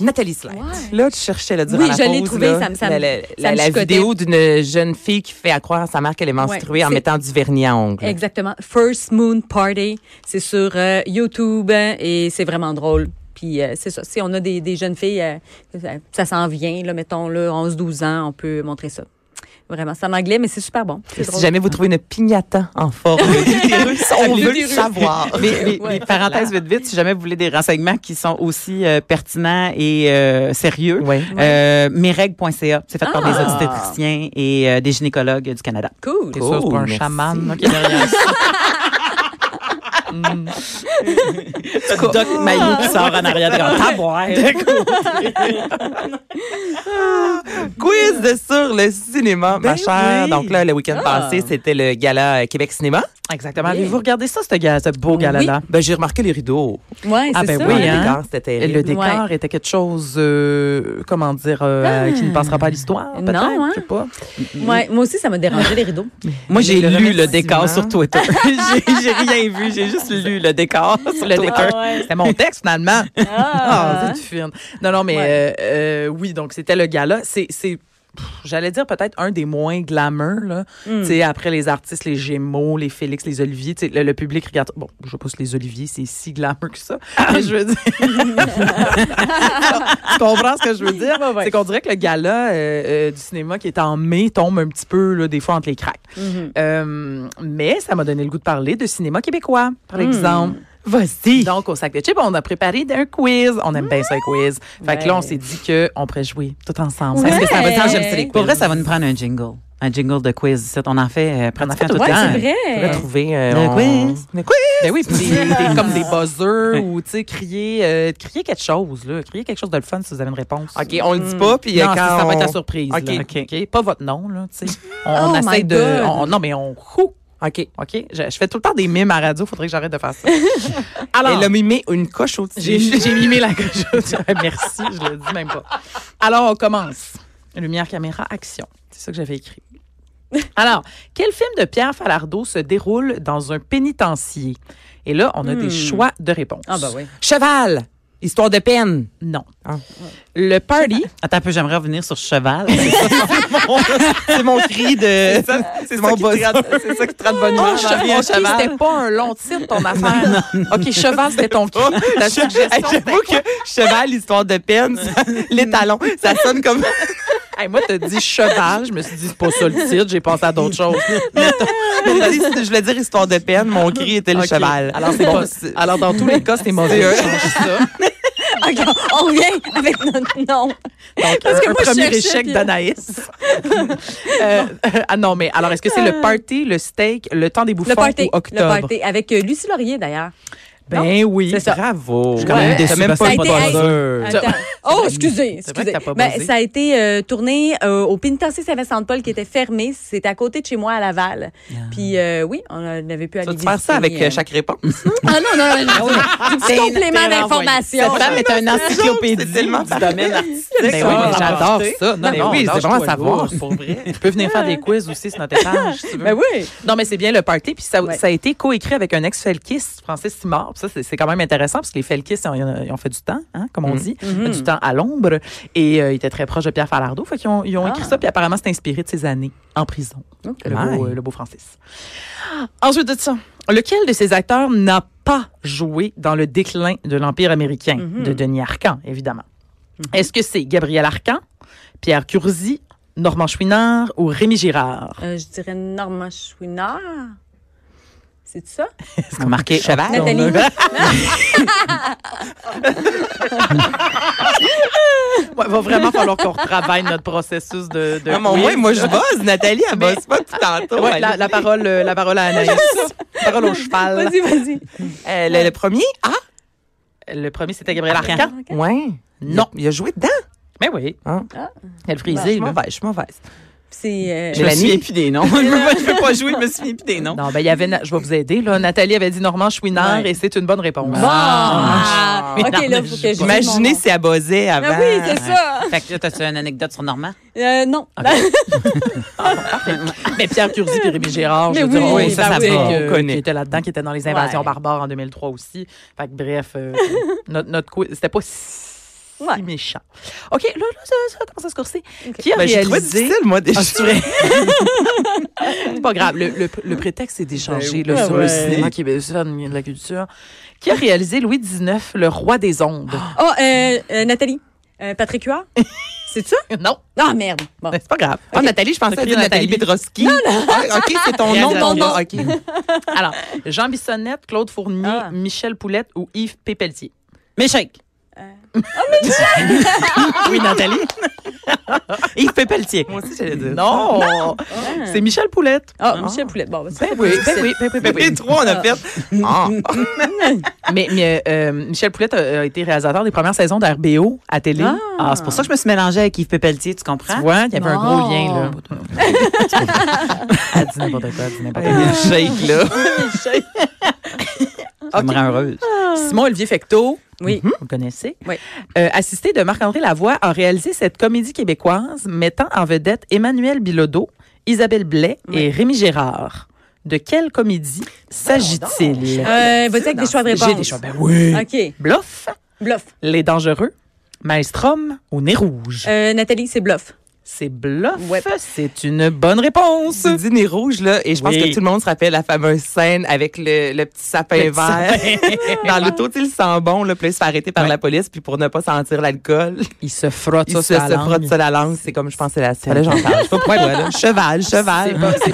Nathalie Slide. Là, tu cherchais là, durant Oui, la je l'ai pause, trouvé, là, ça me- ça me- la, la- ça la- me la chicotait. vidéo d'une jeune fille qui fait à croire à sa mère qu'elle est menstruée en c'est- mettant du vernis à ongles. Exactement. First Moon Party, c'est sur euh, YouTube euh, et c'est vraiment drôle. Puis euh, c'est ça. Si on a des, des jeunes filles, euh, ça, ça s'en vient, là, mettons, là, 11-12 ans, on peut montrer ça. Vraiment, c'est en anglais, mais c'est super bon. C'est Si drôle. jamais vous trouvez une pignata en forme d'utérus, on veut le L'utérus. savoir. Mais, mais- Ouais. mais parenthèse vite vite, si jamais vous voulez des renseignements qui sont aussi euh, pertinents et euh, sérieux, Ouais. euh, mesrègles.ca, c'est fait par des Ah. obstétriciens et euh, des gynécologues du Canada. Cool. C'est ça, c'est pas un merci. chaman là, qui est derrière ça. Mm. Doc Maillot qui sort en arrière de Taboire. Quiz de sur le cinéma, ma chère. oui. Donc là, le week-end Ben Ah. passé, c'était le gala euh, Québec Cinéma. Exactement. Oui. Avez-vous regardé ça, ce, gars, ce beau gala-là? Ben, j'ai remarqué les rideaux. Ouais, Ah, c'est ben ça. oui, Ouais, hein. le hein. décor, c'était Et terrible. Le décor était quelque chose, euh, comment dire, euh, qui ne passera pas à l'histoire, Ah. Non, peut-être, hein. je sais pas. Ouais, moi aussi, ça m'a dérangé les rideaux. Moi, j'ai Le lu remerciement. le décor sur Twitter. j'ai j'ai rien vu, j'ai juste lu le décor sur le décor. C'était mon texte, finalement. Ah, c'est fine. Non, non, mais Ouais. euh, euh, oui, donc c'était le gala. C'est. c'est- pff, J'allais dire peut-être un des moins glamour, là. Hmm. Mm. Tu sais, après les artistes, les Gémeaux, les Félix, les Oliviers, tu sais, le, le public regarde. Bon, je pense les Oliviers, c'est si glamour que ça. Mais je veux dire. tu comprends ce que je veux dire? C'est qu'on dirait que le gala euh, euh, du cinéma qui est en mai tombe un petit peu, là, des fois, entre les cracks. Mm-hmm. Euh, mais ça m'a donné le goût de parler de cinéma québécois, par exemple. Vas-y. Donc, au sac de chips, on a préparé un quiz. On aime bien ça, les quiz. Fait que là, on s'est dit qu'on pourrait jouer tout ensemble. Ouais. Est-ce que ça va Ouais. être- Ah, j'aime ça, les Pour vrai, ça va nous prendre un jingle. Un jingle de quiz. C'est- On en fait euh, pratiquement tout tout le le Ouais, temps. c'est On va vrai. trouver euh, Le on- quiz. Le quiz. Ben oui, puis des- des- comme des buzzers ou, tu sais, crier, euh, crier quelque chose, là. Crier quelque chose de le fun si vous avez une réponse. OK, on le dit pas, puis euh, non, quand ça, ça va être la on- surprise. OK. là. OK. Pas votre nom, là, tu sais. On, on Oh my essaie de. God. on- non, mais on. Ouh. OK. OK. Je, je fais tout le temps des mimes à radio. Faudrait que j'arrête de faire ça. Alors. Elle a mimé une coche au-dessus. J'ai j'ai mimé la cochotte. Merci, je le dis même pas. Alors, on commence. Lumière, caméra, action. C'est ça que j'avais écrit. Alors, quel film de Pierre Falardeau se déroule dans un pénitencier? Et là, on a des choix de réponse. Ah, bah oui. Cheval. Histoire de peine. ben Non. Ah. Le party. Attends un peu, j'aimerais revenir sur cheval. C'est mon cri de. C'est mon boss. C'est ça qui te rend de bonne humeur, Oh, dans la vie, un cheval, cheval. c'était pas un long titre, ton affaire. OK, cheval, c'était ton cri. Ta suggestion, c'était J'avoue que cheval, histoire de peine, ça- les talons, ça sonne comme. Hey, moi, t'as dit cheval, je me suis dit, c'est pas ça le titre, j'ai pensé à d'autres choses. je voulais dire histoire de peine, mon cri était le Ok. cheval. Alors, c'est Bon, pas- c'est- Alors, dans tous les cas, c'est mauvais. Je C'est- change ça. OK, on revient avec notre nom. Donc, Parce un, que un moi, je premier cherchais, échec puis- d'Anaïs. Euh, ah non, mais alors, est-ce que c'est le party, le steak, le temps des bouffons Euh, Le party. ou Le octobre? party. Avec euh, Lucie Laurier, d'ailleurs. Ben oui. C'est ça. Bravo. suis quand même Ouais. déçue T'as même parce pas que eu ça a été- de buzzer. Attends. Oh, excusez, C'est vrai excusez. que t'as pas Ben, buzzé. ça a été euh, tourné euh, au pénitencier Saint-Vincent-de-Paul qui était fermé. C'était à côté de chez moi à Laval. Ah. Puis euh, oui, on avait pu aller Tu visiter, vas te faire ça avec euh, euh, chaque réponse. Ah non, non, non, non, non. Petit complément d'information. Cette femme est un encyclopédie C'est tellement du domaine artistique. Ben Ben oui, oui, mais Ah, j'adore ça. Non, Ben non, oui, c'est lâche-toi vraiment à savoir. lourd, Pour vrai. Tu peux venir faire des quiz aussi sur notre étage, si tu veux. Ben oui. Non, mais c'est bien le party. Puis ça, Ouais. ça a été coécrit avec un ex-Felkis, Francis Simard. Puis Ça, c'est- c'est quand même intéressant parce que les Felkis, ils ont, ils ont fait du temps, hein, comme on dit, Mm-hmm. du temps à l'ombre. Et euh, ils étaient très proches de Pierre Falardeau. Fait qu'ils ont, ils ont écrit Ah. ça. Puis apparemment, c'est inspiré de ses années en prison. Le, beau, Ouais. euh, le beau Francis. Ensuite de ça, lequel de ces acteurs n'a pas joué dans le déclin de l'Empire américain Mm-hmm. de Denis Arcan, évidemment? Est-ce que c'est Gabriel Arcan, Pierre Curzi, Normand Chouinard ou Rémi Girard? Euh, je dirais Normand Chouinard. C'est ça? C'est qu'on a marqué cheval. Nathalie. Il va vraiment falloir qu'on retravaille notre processus de. de Ah, mon quiz. ouais, moi, je bosse. Nathalie, elle bosse pas tout tantôt. Ouais, Elle- la, la parole, euh, la parole à Anaïs. la parole au cheval. Vas-y, vas-y. Euh, le, le premier, ah, Le premier, c'était Gabriel Arcan. ouais. Non. Ah. Il a joué dedans. Mais Ben oui. Hein? Elle Je suis frisée, là. mauvaise, je suis mauvaise. C'est. euh, Je me Mélanie? souviens plus des noms. je veux pas- je veux pas jouer, je me souviens plus des noms. Non, ben, il y avait, na- je vais vous aider, là. Nathalie avait dit Normand Chouinard Ouais. et c'est une bonne réponse. Bon! Ah, mais OK, non, là, mais faut je- que je. Imaginez si elle buzzait avant. Ah oui, c'est ça. Fait que là, t'as-tu une anecdote sur Normand? Euh, non. Mais Pierre Curzi et Rémi Gérard, je Mais veux dire, oui, on bah ça, ça oui. va, On que- connaît. qui était là-dedans, qui était dans les invasions Ouais. barbares en 2003 aussi. Fait que bref, euh, notre, notre quiz, c'était pas si Ouais. méchant. OK, là, là, ça, ça commence à se corser. Qui a Ben, j'ai trouvé réalisé... difficile, moi, déjà. Ah, c'est vrai. C'est pas grave. Le, le, le prétexte est d'échanger Ben là, oui. sur Ouais. le cinéma québécois, sur le milieu de la culture. Qui a réalisé Louis XIX, le roi des ondes? Oh, euh, euh, Nathalie. Euh, Patrick Huard. C'est ça? non, Ah, merde. Bon. mais c'est pas grave. Ah, Nathalie, je pensais T'as à crié dire Nathalie Pedroski. Ah, OK, c'est ton nom. Réalisatrice. ton nom. OK. Alors, Jean Bissonnette, Claude Fournier, Ah. Michel Poulette ou Yves Pépeltier? Méchec! Euh. Oh, Oui, Nathalie. Yves Pépeltier. Moi aussi, j'allais dire. Non, c'est Michel Poulette. Ah, Michel Poulet. Bon, bah, c'est- oui, ben oui, ben oui, ben oui. Les trois, on a fait. Ah. Mais, mais, euh, Michel Poulette a, a été réalisateur des premières saisons d'RBO à télé. Ah. Ah, c'est pour ça que je me suis mélangée avec Yves Pépeltier, tu Tu comprends? vois, il y avait un Non. gros lien, là. Elle dit n'importe quoi, elle dit n'importe quoi. shake, là. Ça me rend heureuse. Ah. Simon-Olivier Fecteau, Oui. vous connaissez, Oui. euh, assisté de Marc-André Lavoie, a réalisé cette comédie québécoise mettant en vedette Emmanuel Bilodeau, Isabelle Blais et Rémi Gérard. De quelle comédie s'agit-il? Euh, Vas-y avec des choix de réponse. hum. J'ai des choix. Ben oui. OK. Bluff, Bluff. Les Dangereux, Maelstrom ou Nez Rouge? Euh, Nathalie, c'est bluff. C'est Bluff. ouais. C'est une bonne réponse. Tu dis nez rouge, là, et je pense Oui. que tout le monde se rappelle la fameuse scène avec le, le petit sapin Le petit vert dans l'auto, tu sais, le sang bon, là, puis là, il se fait arrêter par Ouais. la police, puis pour ne pas sentir l'alcool, Il se frotte il ça se, sur la se langue. frotte sur la langue, c'est comme, je pense, c'est la scène. Là, j'en parle, je sais pas pourquoi, là. Cheval, C'est cheval. pas- c'est-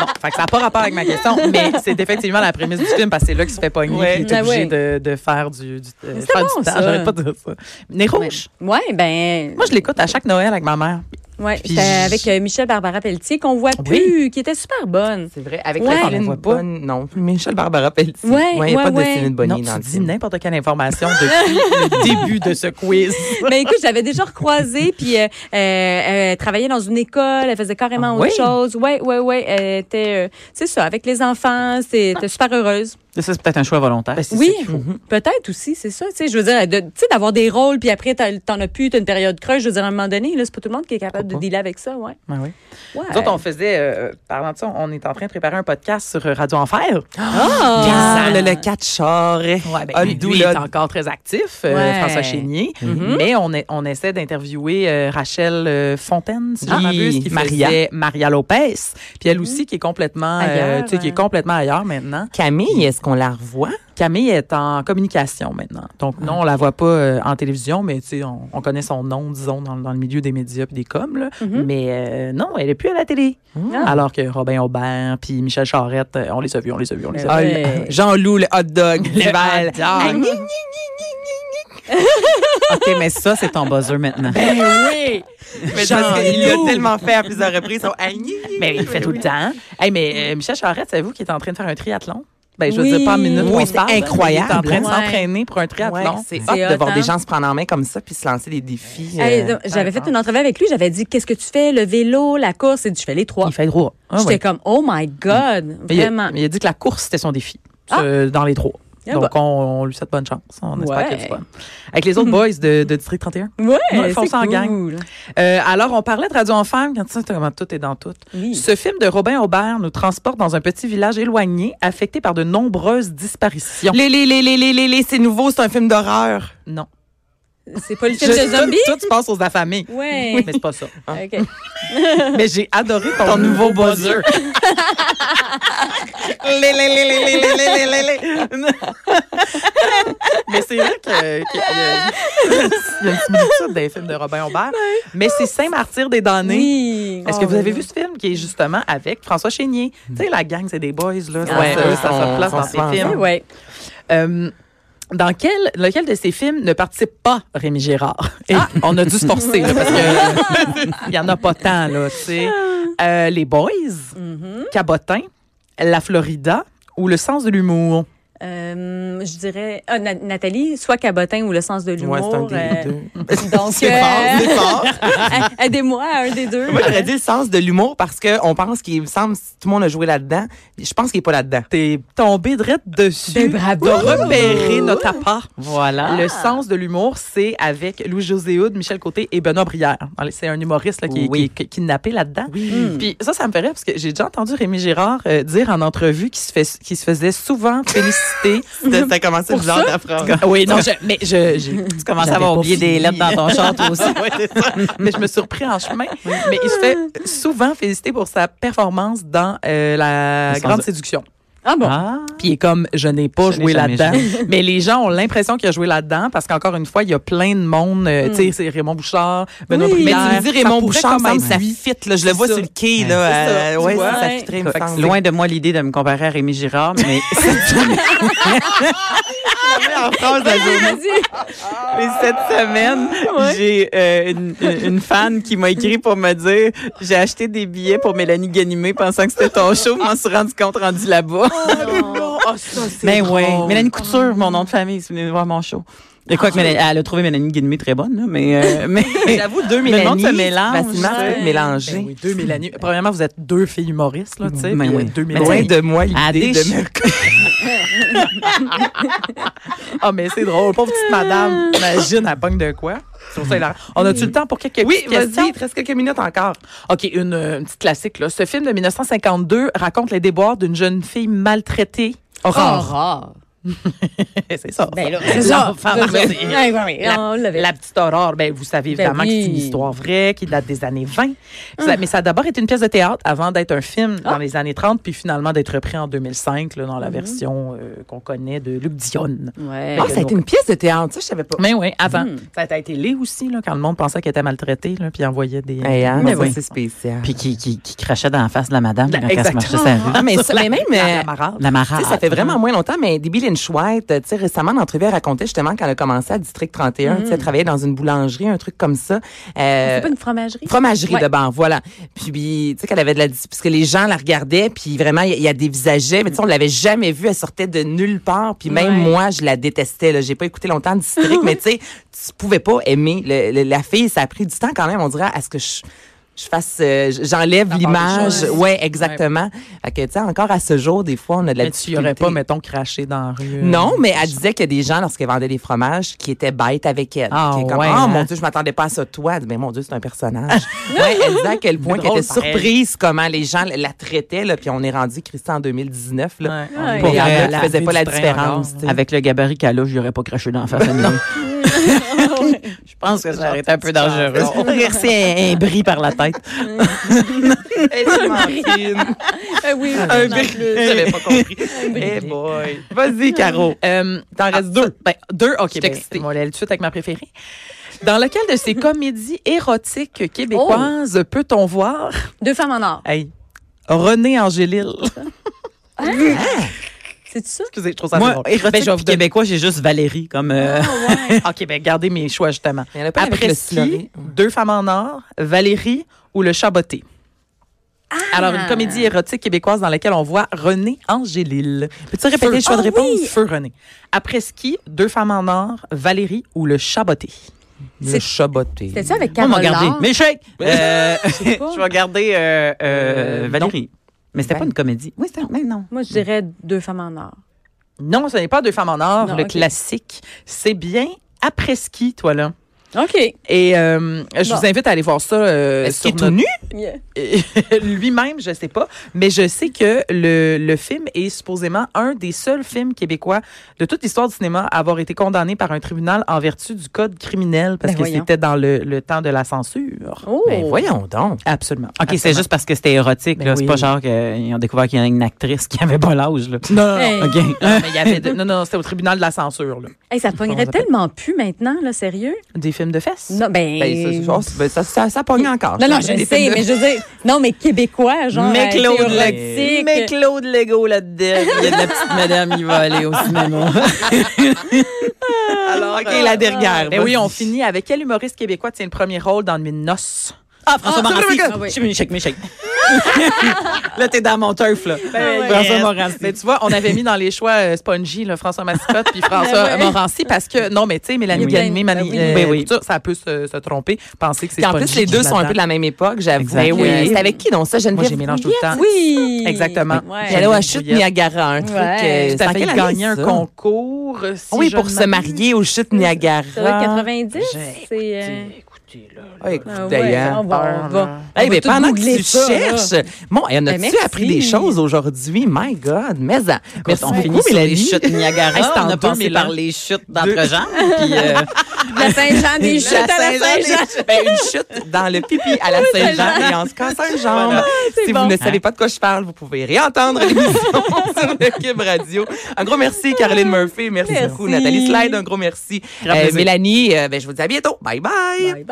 Bon, fait que ça n'a pas rapport avec ma question, mais c'est effectivement la prémisse du film parce que c'est là qu'il se fait pogner Ouais. et il est Ah ouais. obligé de, de faire du, du, euh, c'était faire bon, du temps. ça. J'arrête pas de dire ça. Nez rouge. Ouais, ben. Moi, je l'écoute à chaque Noël avec ma mère. Ouais, puis c'était je- avec euh, Michel Barbara Pelletier qu'on voit Oui. plus, qui était super bonne. C'est vrai, avec Ouais. la On Céline voit pas. Bonne, non, Michel Barbara Pelletier. Ouais, il n'y a ouais, pas ouais. de Céline Non, Bonnier dans tu le dis film. n'importe quelle information depuis le début de ce quiz. Mais Ben, écoute, j'avais déjà recroisée, puis euh, euh, elle travaillait dans une école, elle faisait carrément Ah autre oui? chose. Ouais, ouais, ouais. Elle était, euh, c'est ça, avec les enfants, c'était super heureuse. Ça, c'est peut-être un choix volontaire. Ben, c'est Oui, ça qu'il faut. peut-être aussi, c'est ça. Tu sais, je veux dire, de- tu sais, d'avoir des rôles, puis après, t'as- t'en as plus, t'as une période creuse. Je veux dire, à un moment donné, là, c'est pas tout le monde qui est capable de Pourquoi dealer avec ça, ouais. Ben oui. Ouais. Nous autres, on faisait, euh, parlant de ça, on est en train de préparer un podcast sur euh, Radio Enfer. Ah! Carl, le catcheur. Ouais, ben, Ah, lui, d'où il là- Mm-hmm. est encore très actif, euh, Ouais. François Chénier. Mais on, est- on essaie d'interviewer euh, Rachel euh, Fontaine, si je Ah, Oui, ne m'abuse, qui Maria. Mm-hmm. faisait Maria Lopez. Puis elle aussi, qui est complètement, euh, Ailleurs, tu sais, qui hein. est ouais. complètement ailleurs maintenant. Camille, est-ce qu'on la revoit? Mm. Camille est en communication maintenant. Donc, non, on la voit pas euh, en télévision, mais tu sais, on, on connaît son nom, disons, dans, dans le milieu des médias et des coms. là. Mm-hmm. Mais euh, non, elle est plus à la télé. Ah. Alors que Robin Aubert puis Michel Charette, euh, on les a vus, on les a vus, on les a vus. Ah, Ouais. le- Jean-Loup, le hot dog, l'hiver. hot Ah, dog. Gna, gna, Ah. OK, mais ça, c'est ton buzzer maintenant. Ben oui! Mais parce qu'il l'a tellement fait à plusieurs reprises. Son Agni. Mais Ben, il fait tout le temps. Hey, mais euh, Michel Charette, savez-vous qu'il est en train de faire un triathlon? Ben, je Oui. veux dire, pas en minute. Oui, on se c'est parle, là, incroyable. Il est en train de Ouais. s'entraîner pour un triathlon. Ouais, c'est C'est hot Ah, hot, de voir des hein? gens se prendre en main comme ça puis se lancer des défis. euh, Hey, donc, J'avais Ah, fait une entrevue avec lui, j'avais dit qu'est-ce que tu fais, le vélo, la course, et je fais les trois. Il fait droit. Ah, J'étais ouais. Mm. comme oh my god, Mais il, a, vraiment. mais il a dit que la course, c'était son défi euh, dans les trois. Ah Donc, bah. on, on lui souhaite bonne chance. On espère Ouais. qu'il y a du fun. Avec les autres boys de, de District 31. Ouais, Non, ils c'est font ça en gang. cool. Euh, alors, on parlait de Radio en Femme. Quand tu sais comment tout est dans tout. Oui. Ce film de Robin Aubert nous transporte dans un petit village éloigné, affecté par de nombreuses disparitions. Les, les, les, les, les, les, les, c'est nouveau, c'est un film d'horreur. Non. C'est pas le film de zombie. Toi, toi, tu penses aux affamés. Ouais. Mais c'est pas ça. OK. Mais j'ai adoré ton, nouveau buzzer. Les, les, les, les, les, les, les, les, les, les. Mais c'est vrai que- que- qu'il y a il y a une similitude des films de Robin Aubert. Mais c'est Saint-Martyr des damnés. Oui. Est-ce Oh, que vous avez oui. vu ce film qui est justement avec François Chénier? Tu sais, la gang, c'est des boys, là. Ça, Mm. Ouais, se- eux ça sont- se place sont dans souvent ces films. Ouais, ouais. Euh, dans quel, lequel de ces films ne participe pas Rémi Gérard? Et on a dû se forcer, là, parce que il y en a pas tant, là, tu sais. Euh, les Boys, Cabotin, La Florida ou Le sens de l'humour? Euh, je dirais ah, Na- Nathalie, soit Cabotin ou le sens de Ouais, l'humour. c'est un des euh, deux. donc, C'est fort, euh, c'est fort. a- aidez-moi à un des deux. Moi, j'aurais dit le sens de l'humour parce qu'on pense qu'il me semble, tout le monde a joué là-dedans. Je pense qu'il n'est pas là-dedans. T'es tombé direct dessus. Ben, bravo. De repérer notre appart. Voilà. Le sens de l'humour, c'est avec Louis-José Hood, Michel Côté et Benoît Brière. Dans les- C'est un humoriste là, qui, Oui. qui- qui est kidnappé là-dedans. Hmm. Puis ça, ça me ferait parce que j'ai déjà entendu Rémi Girard euh, dire en entrevue qu'il se, fait, qu'il se faisait souvent féliciter. C'était- Ça a commencé Pour bizarre ta phrase. oui, non, je- mais je, j'ai- Tu commences à J'avais avoir pas oublié fini. des lettres dans ton char, toi aussi. Ouais, c'est ça. Mais je me suis repris en chemin. Mais il se fait souvent féliciter pour sa performance dans euh, La Le sens Grande de- Séduction. Ah bon? Ah. Puis il est comme, je n'ai pas Je n'ai joué jamais là-dedans. Mais les gens ont l'impression qu'il a joué là-dedans parce qu'encore une fois, il y a plein de monde. euh, Tu sais, c'est Raymond Bouchard, Benoît Oui. Mm. Mais Brière. tu me dis Ça pourrait Raymond Bouchard, quand ça, même ça lui. fit. Là, je le vois ça. sur le quai. Ouais, Là, c'est ça, euh, tu ouais, vois. ça, ça Ouais. fitterait, il me Fait que semble. Loin de moi l'idée de me comparer à Rémi Girard, mais en France, la journée. Et cette semaine, j'ai euh, une, une fan qui m'a écrit pour me dire j'ai acheté des billets pour Mélanie Ganimé pensant que c'était ton show, je m'en suis rendu compte rendu là-bas. Oh, Ah, Mais oui, Mélanie Couture, mon nom de famille, si vous voulez voir mon show. Et quoi que Ah. Mélanie- elle a trouvé Mélanie Ganimé très bonne, là, mais, euh, mais J'avoue, deux le monde Mélanie. se mélange. Facilement, ça peut être Ouais. mélangé. Ben oui, deux Mélanie. Premièrement, vous êtes deux filles humoristes, là, tu sais. Ben puis, oui. euh, Deux Mais Mélanie. Loin de moi À l'idée des de me Ah, mais c'est drôle. Pauvre petite madame, imagine, elle pogne de quoi. Je trouve ça hilarant. On a-tu le temps pour quelques Oui, petites questions? vas-y, il te reste quelques minutes encore. OK, une, euh, une petite classique. Là. Ce film de 1952 raconte les déboires d'une jeune fille maltraitée. Aurore. Aurore. c'est ça. Ben là, c'est ça. L'enfant maltraité. Ouais, ouais, ouais, La, on l'avait. la petite Aurore, ben, vous savez Ben évidemment que c'est une oui. histoire vraie qui date des années 20. Ah. Ça- mais ça a d'abord été une pièce de théâtre avant d'être un film dans les années 30, puis finalement d'être repris en 2005 là, dans Mm-hmm. la version euh, qu'on connaît de Luc Dionne. Ouais. Ah, ça a été une pièce de théâtre, ça, je savais pas. Mais oui, Mm. avant. Mhm. Ah, Ça a été laid aussi, là, quand le monde pensait qu'elle était maltraitée, là, puis envoyait des... Eh, hein, Mais ça, oui. c'est spécial. Puis qui, qui, qui crachait dans la face de la madame quand elle se exactement. marchait sa rue. Ah, mais, ça- mais même, Ah, euh, la marade. La tu marade. sais, ça fait vraiment moins longtemps, mais Debbie Lynch White, euh, tu sais, récemment, dans l'entrevue, elle racontait justement quand elle a commencé à District 31, tu sais, elle travaillait dans une boulangerie, un truc comme ça. Euh, C'est pas une fromagerie? Fromagerie Ouais. de banc, voilà. Puis, tu sais, qu'elle avait de la... dis- Parce que les gens la regardaient, puis vraiment, il y, a des visageaient. Mais tu sais, on l'avait jamais vue. Elle sortait de nulle part. Puis même Ouais. moi, je la détestais. Là. J'ai pas écouté longtemps District, mais tu sais, tu pouvais pas aimer le- le- la fille. Ça a pris du temps quand même, on dirait, à ce que je... Je fasse, euh, j'enlève des l'image. choses. Ouais, exactement. Fait que, tu sais, encore à ce jour, des fois, on a de la mais tu y aurais difficulté. pas, mettons, craché dans la rue. euh, Non, mais elle disait qu'il y a des gens, lorsqu'elle vendait des fromages, qui étaient bêtes avec elle. Ah, Qui est comme, ouais, oh hein? mon Dieu, je m'attendais pas à ça de toi. Elle dit, mais mon Dieu, c'est un personnage. ouais, elle disait à quel point C'est qu'elle était drôle, pareil. surprise comment les gens la- la traitaient. Là, puis on est rendu Christian en 2019. Là, Ouais. Ouais. Pour Mais elle, elle elle a faisait lavé pas la du train différence. encore, tu sais. Avec le gabarit qu'elle a, je lui aurais pas craché dans la face. à Mélanie. je pense que ça aurait été un peu dangereux. Verser un, un bris par la tête. Eh, tellement fine. Ah oui, Un oui, bri- J'avais pas compris. Eh boy. Vas-y, Caro. Euh, T'en restes deux. Ben, deux, OK. suis ben, excitée. on va aller tout de suite avec ma préférée. Dans lequel de ces comédies érotiques québécoises peut-on voir Deux femmes en or. hey, René Angélil? C'est ça? Excusez, je trouve Ah! ça Moi, drôle. érotique Ben, je vais vous puis québécois, j'ai juste Valérie comme... euh, donner- OK, ben gardez mes choix, justement. Il y en a pas avec Après le ski, siloré. Deux femmes en or, Valérie ou Le Chaboté? Alors, une comédie érotique québécoise dans laquelle on voit René Angélil. Peux-tu répéter Feu. le choix de Ah réponse? oui! Feu René. Après ski, Deux femmes en or, Valérie ou Le Chaboté? Le chaboté. C'était ça avec Moi, Carole m'a gardé. Laure? Mais chèque! Euh, sais pas. je vais regarder euh, euh, Euh, Valérie. Mais c'était Ben. pas une comédie. Oui, c'était. Mais non. Moi, je dirais deux femmes en or. Non, ce n'est pas Deux femmes en or, Non, le ok. classique. C'est bien après ski, toi, là. OK. Et euh, je Bon. vous invite à aller voir ça euh, Est-ce sur qu'il est tout notre- nu? Yeah. Lui-même, je sais pas, mais je sais que le, le film est supposément un des seuls films québécois de toute l'histoire du cinéma à avoir été condamné par un tribunal en vertu du code criminel parce Ben que voyons. c'était dans le, le temps de la censure. Oh. Ben voyons donc. Absolument. OK, c'est juste parce que c'était érotique. Ben là. C'est oui. pas genre qu'ils ont découvert qu'il y a une actrice qui avait pas l'âge. là. Non, non, non. Hey. OK. Non, mais il y avait de- non, non, c'était au tribunal de la censure. là. Hey, ça pognerait rappelle. tellement plus maintenant, là, sérieux? Des films de fesses. Non, ben. Ben, ça, ça, ça, ça, ça pogne encore. non, non, J'ai je des sais, films de- mais je veux dire, non, mais québécois, genre. mais, euh, Claude érotique. Lego, mais Claude Lego là-dedans. Il y a de la petite madame, il va aller au cinéma. Alors, OK, la dernière. Ben oui, Vas-y. Eh ben on finit avec quel humoriste québécois tient le premier rôle dans Mes Noces? Ah, François Ah, Morancy. c'est vrai, ah oui. Je suis venu shake, mais shake. là, t'es dans mon turf, là. Ben, François yes. Morancy. Mais tu vois, on avait mis dans les choix euh, Spongy, là, François Mascotte, puis François Ben ouais. Morancy, parce que, non, mais tu sais, Mélanie Oui. Ganimé, Ben Mani- oui. euh, Ben oui. Couture, ça peut se, se tromper, penser que c'est Puis en Spongy. plus, les qui deux joue sont un là-dedans. peu de la même époque, j'avoue. Exact. oui. Euh, C'était avec qui, donc, ça, Geneviève? Moi, j'ai mélangé tout le temps. Ah, Oui. Exactement. Ouais. J'allais à Geneviève Chute Brouillette. Niagara, un truc. Ouais. T'as euh, c'est en failli quelle gagner un année, ça? concours. euh, si Ah oui, je pour ne se marier au Chute Niagara. Ça doit être 90, c'est... euh, m'abuse. Écoutez, là. Ah, écoute, Ah ouais, d'ailleurs. on va- on va- Eh on va ben, tout pendant que googler tu ça, là. cherches, bon, on Ben, a-tu merci. appris des choses aujourd'hui? My God, mais en- merci on beaucoup, finit sur les Mélanie. chutes Niagara. Hey, c'est en on a passé 2000 par ans. les chutes d'entre-gens. Puis, euh, La Saint-Jean, des Une chutes à la Saint-Jean. Ben, une chute dans le pipi à la Saint-Jean et on se casse un jambe. si Ah, bon. vous ne savez pas de quoi je parle, vous pouvez réentendre l'émission sur le Cube Radio. Un gros merci, Caroline Murphy. Merci, Merci. beaucoup, Nathalie Slide. Un gros merci, Grand Euh, plaisir. Mélanie. euh, ben, je vous dis à bientôt. bye. Bye.